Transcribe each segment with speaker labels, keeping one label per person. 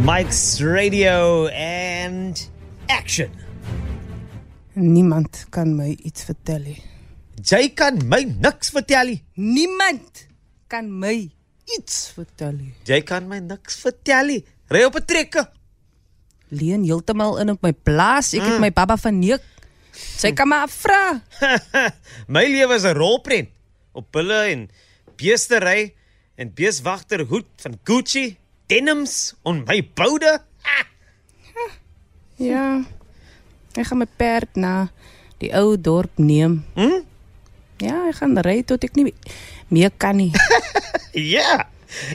Speaker 1: Mike's Radio and action.
Speaker 2: Niemand kan my iets vertel nie.
Speaker 1: Jy kan my niks vertel nie.
Speaker 2: Niemand kan my iets vertel nie.
Speaker 1: Jy kan my niks vertel nie. Ry op 'n trekker.
Speaker 2: Leen heeltemal in op my plaas. Ek
Speaker 1: Mm.
Speaker 2: het my pappa verneek. Sy kan maar vra.
Speaker 1: my lewe is 'n rolprent op bulle en beestery en beeswagterhoed van Gucci, denims en my boude.
Speaker 2: Ja. Ek gaan my perd na die ou dorp neem.
Speaker 1: Hm?
Speaker 2: Ja, ek gaan ry tot ek nie meer kan nie.
Speaker 1: Ja.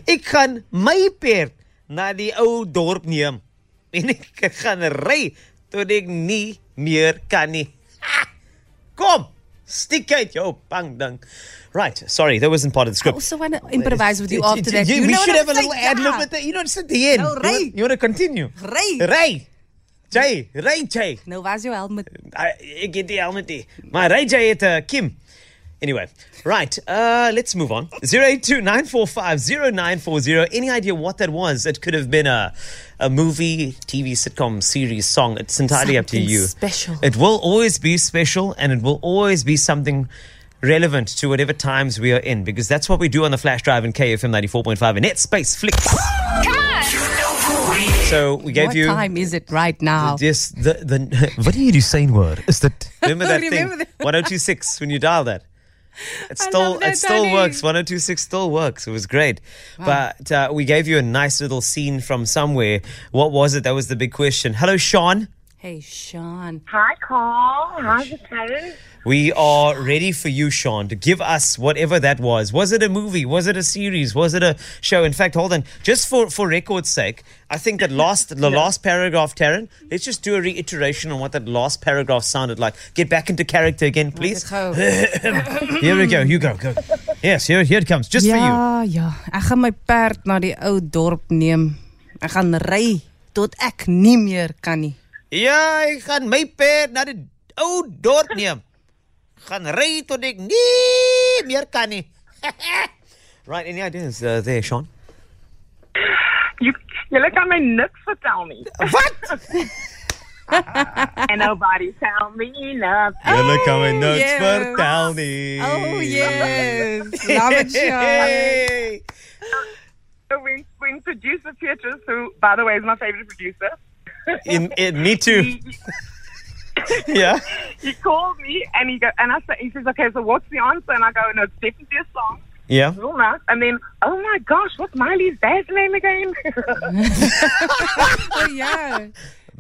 Speaker 1: Ek gaan my perd na die ou dorp neem en ek gaan ry tot ek nie meer kan nie. Ah, Kom, stick out jou bang ding. Right, sorry, that wasn't part of the
Speaker 2: I
Speaker 1: script.
Speaker 2: also want to improvise with you
Speaker 1: It- it-
Speaker 2: after that.
Speaker 1: you-
Speaker 2: You
Speaker 1: we
Speaker 2: know
Speaker 1: should
Speaker 2: what
Speaker 1: have a
Speaker 2: I'm
Speaker 1: little
Speaker 2: saying?
Speaker 1: ad lib
Speaker 2: Ja.
Speaker 1: at the, you know, it's at the end.
Speaker 2: Nou,
Speaker 1: You
Speaker 2: ry.
Speaker 1: want- You want to continue?
Speaker 2: Ry.
Speaker 1: Ray. Jay, Ray Jay.
Speaker 2: Nou was jou helm met
Speaker 1: I, eh, ek het die helmet nie. Maar Ray Jay het 'n Kim. Anyway, right, uh, let's move on. 0829450940. Any idea what that was? It could have been a, a movie, TV, sitcom, series, song. It's entirely up to
Speaker 2: Something
Speaker 1: you.
Speaker 2: special.
Speaker 1: It will always be special and it will always be something relevant to whatever times we are in because that's what we do on the Flash Drive and KFM 94.5 and it's Space Flicks. So we gave
Speaker 2: What
Speaker 1: you
Speaker 2: time is it right now?
Speaker 1: Yes, the, the what are you do saying word? Is that remember that
Speaker 2: Remember
Speaker 1: thing?
Speaker 2: that.
Speaker 1: One oh two six when you dial that. It
Speaker 2: I
Speaker 1: still
Speaker 2: love that,
Speaker 1: it still
Speaker 2: Tony.
Speaker 1: works. One oh two six still works. It was great. But uh, we gave you a nice little scene from somewhere. What was it? That was the big question. Hello Sean.
Speaker 2: Hey Sean,
Speaker 3: Hi, Carl. How's it going?
Speaker 1: We are ready for you, Sean, to give us whatever that was. Was it a movie? Was it a series? Was it a show? In fact, hold on, just for, for record's sake, I think that last the last paragraph, Taryn. Let's just do a reiteration on what that last paragraph sounded like. Get back into character again,
Speaker 2: let's
Speaker 1: please.
Speaker 2: go.
Speaker 1: Here we go. You go. Go. Yes, here here it comes, just for
Speaker 2: Ja, ja. Ek gaan my perd na die ou dorp neem. Ek gaan ry tot ek nie meer kan nie.
Speaker 1: you. Ja, ik ga mijn pad naar de oude dorp neem. Gaan rijden tot ik niet meer kan nie. Right, any ideas uh, there, Sean?
Speaker 3: You, julle kan my niks vertel nie.
Speaker 1: What?
Speaker 3: And nobody tell me nothing.
Speaker 1: Julle kan
Speaker 3: Oh,
Speaker 1: my niks
Speaker 2: yes.
Speaker 1: vertel nie.
Speaker 2: Oh yes. Love it, Sean.
Speaker 1: Hey.
Speaker 3: So when, when producer Petrus, who, by the way, is my favorite producer,
Speaker 1: In, in, me too.
Speaker 3: he,
Speaker 1: Yeah.
Speaker 3: he called me and he go, and I said, he says, okay, so what's the answer? And I go, no, it's definitely a song.
Speaker 1: Yeah.
Speaker 3: Real nice. And then, oh my gosh, what's Miley's dad's name again?
Speaker 2: Oh yeah.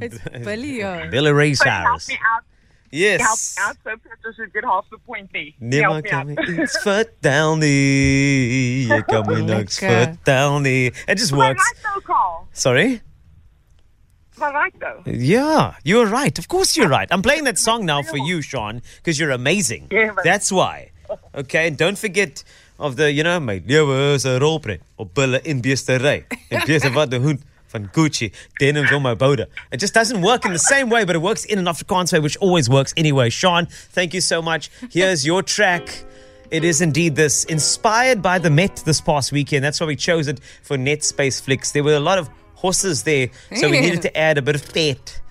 Speaker 2: It's Billy. yeah.
Speaker 1: Billy Ray
Speaker 3: help
Speaker 1: Cyrus.
Speaker 3: me out. Help
Speaker 1: Yes.
Speaker 3: me out so Petrus should get half the point there.
Speaker 1: Nimmer
Speaker 3: help me
Speaker 1: kan
Speaker 3: out. Oh,
Speaker 1: my iets vertel nie. Jy kan my niks
Speaker 2: Lekker.
Speaker 1: vertel nie. It just
Speaker 3: Am I right
Speaker 1: works.
Speaker 3: though, Carl?
Speaker 1: Sorry?
Speaker 3: Am I right though?
Speaker 1: Yeah, you're right. Of course you're right. I'm playing that song now for you, Sean, because you're amazing.
Speaker 3: Yeah, but-
Speaker 1: That's why. Okay, and don't forget of the, you know, my lewe is 'n rolprent op bulle in beestery. En beeste wat die hoed van Gucci denims on my boude. It just doesn't work in the same way, but it works in an Afrikaans way, which always works anyway. Sean, thank you so much. Here's your track. It is indeed this, inspired by the Met this past weekend. That's why we chose it for Net Space Flicks. There were a lot of horses there, so we
Speaker 2: Yeah.
Speaker 1: needed to add a bit of fat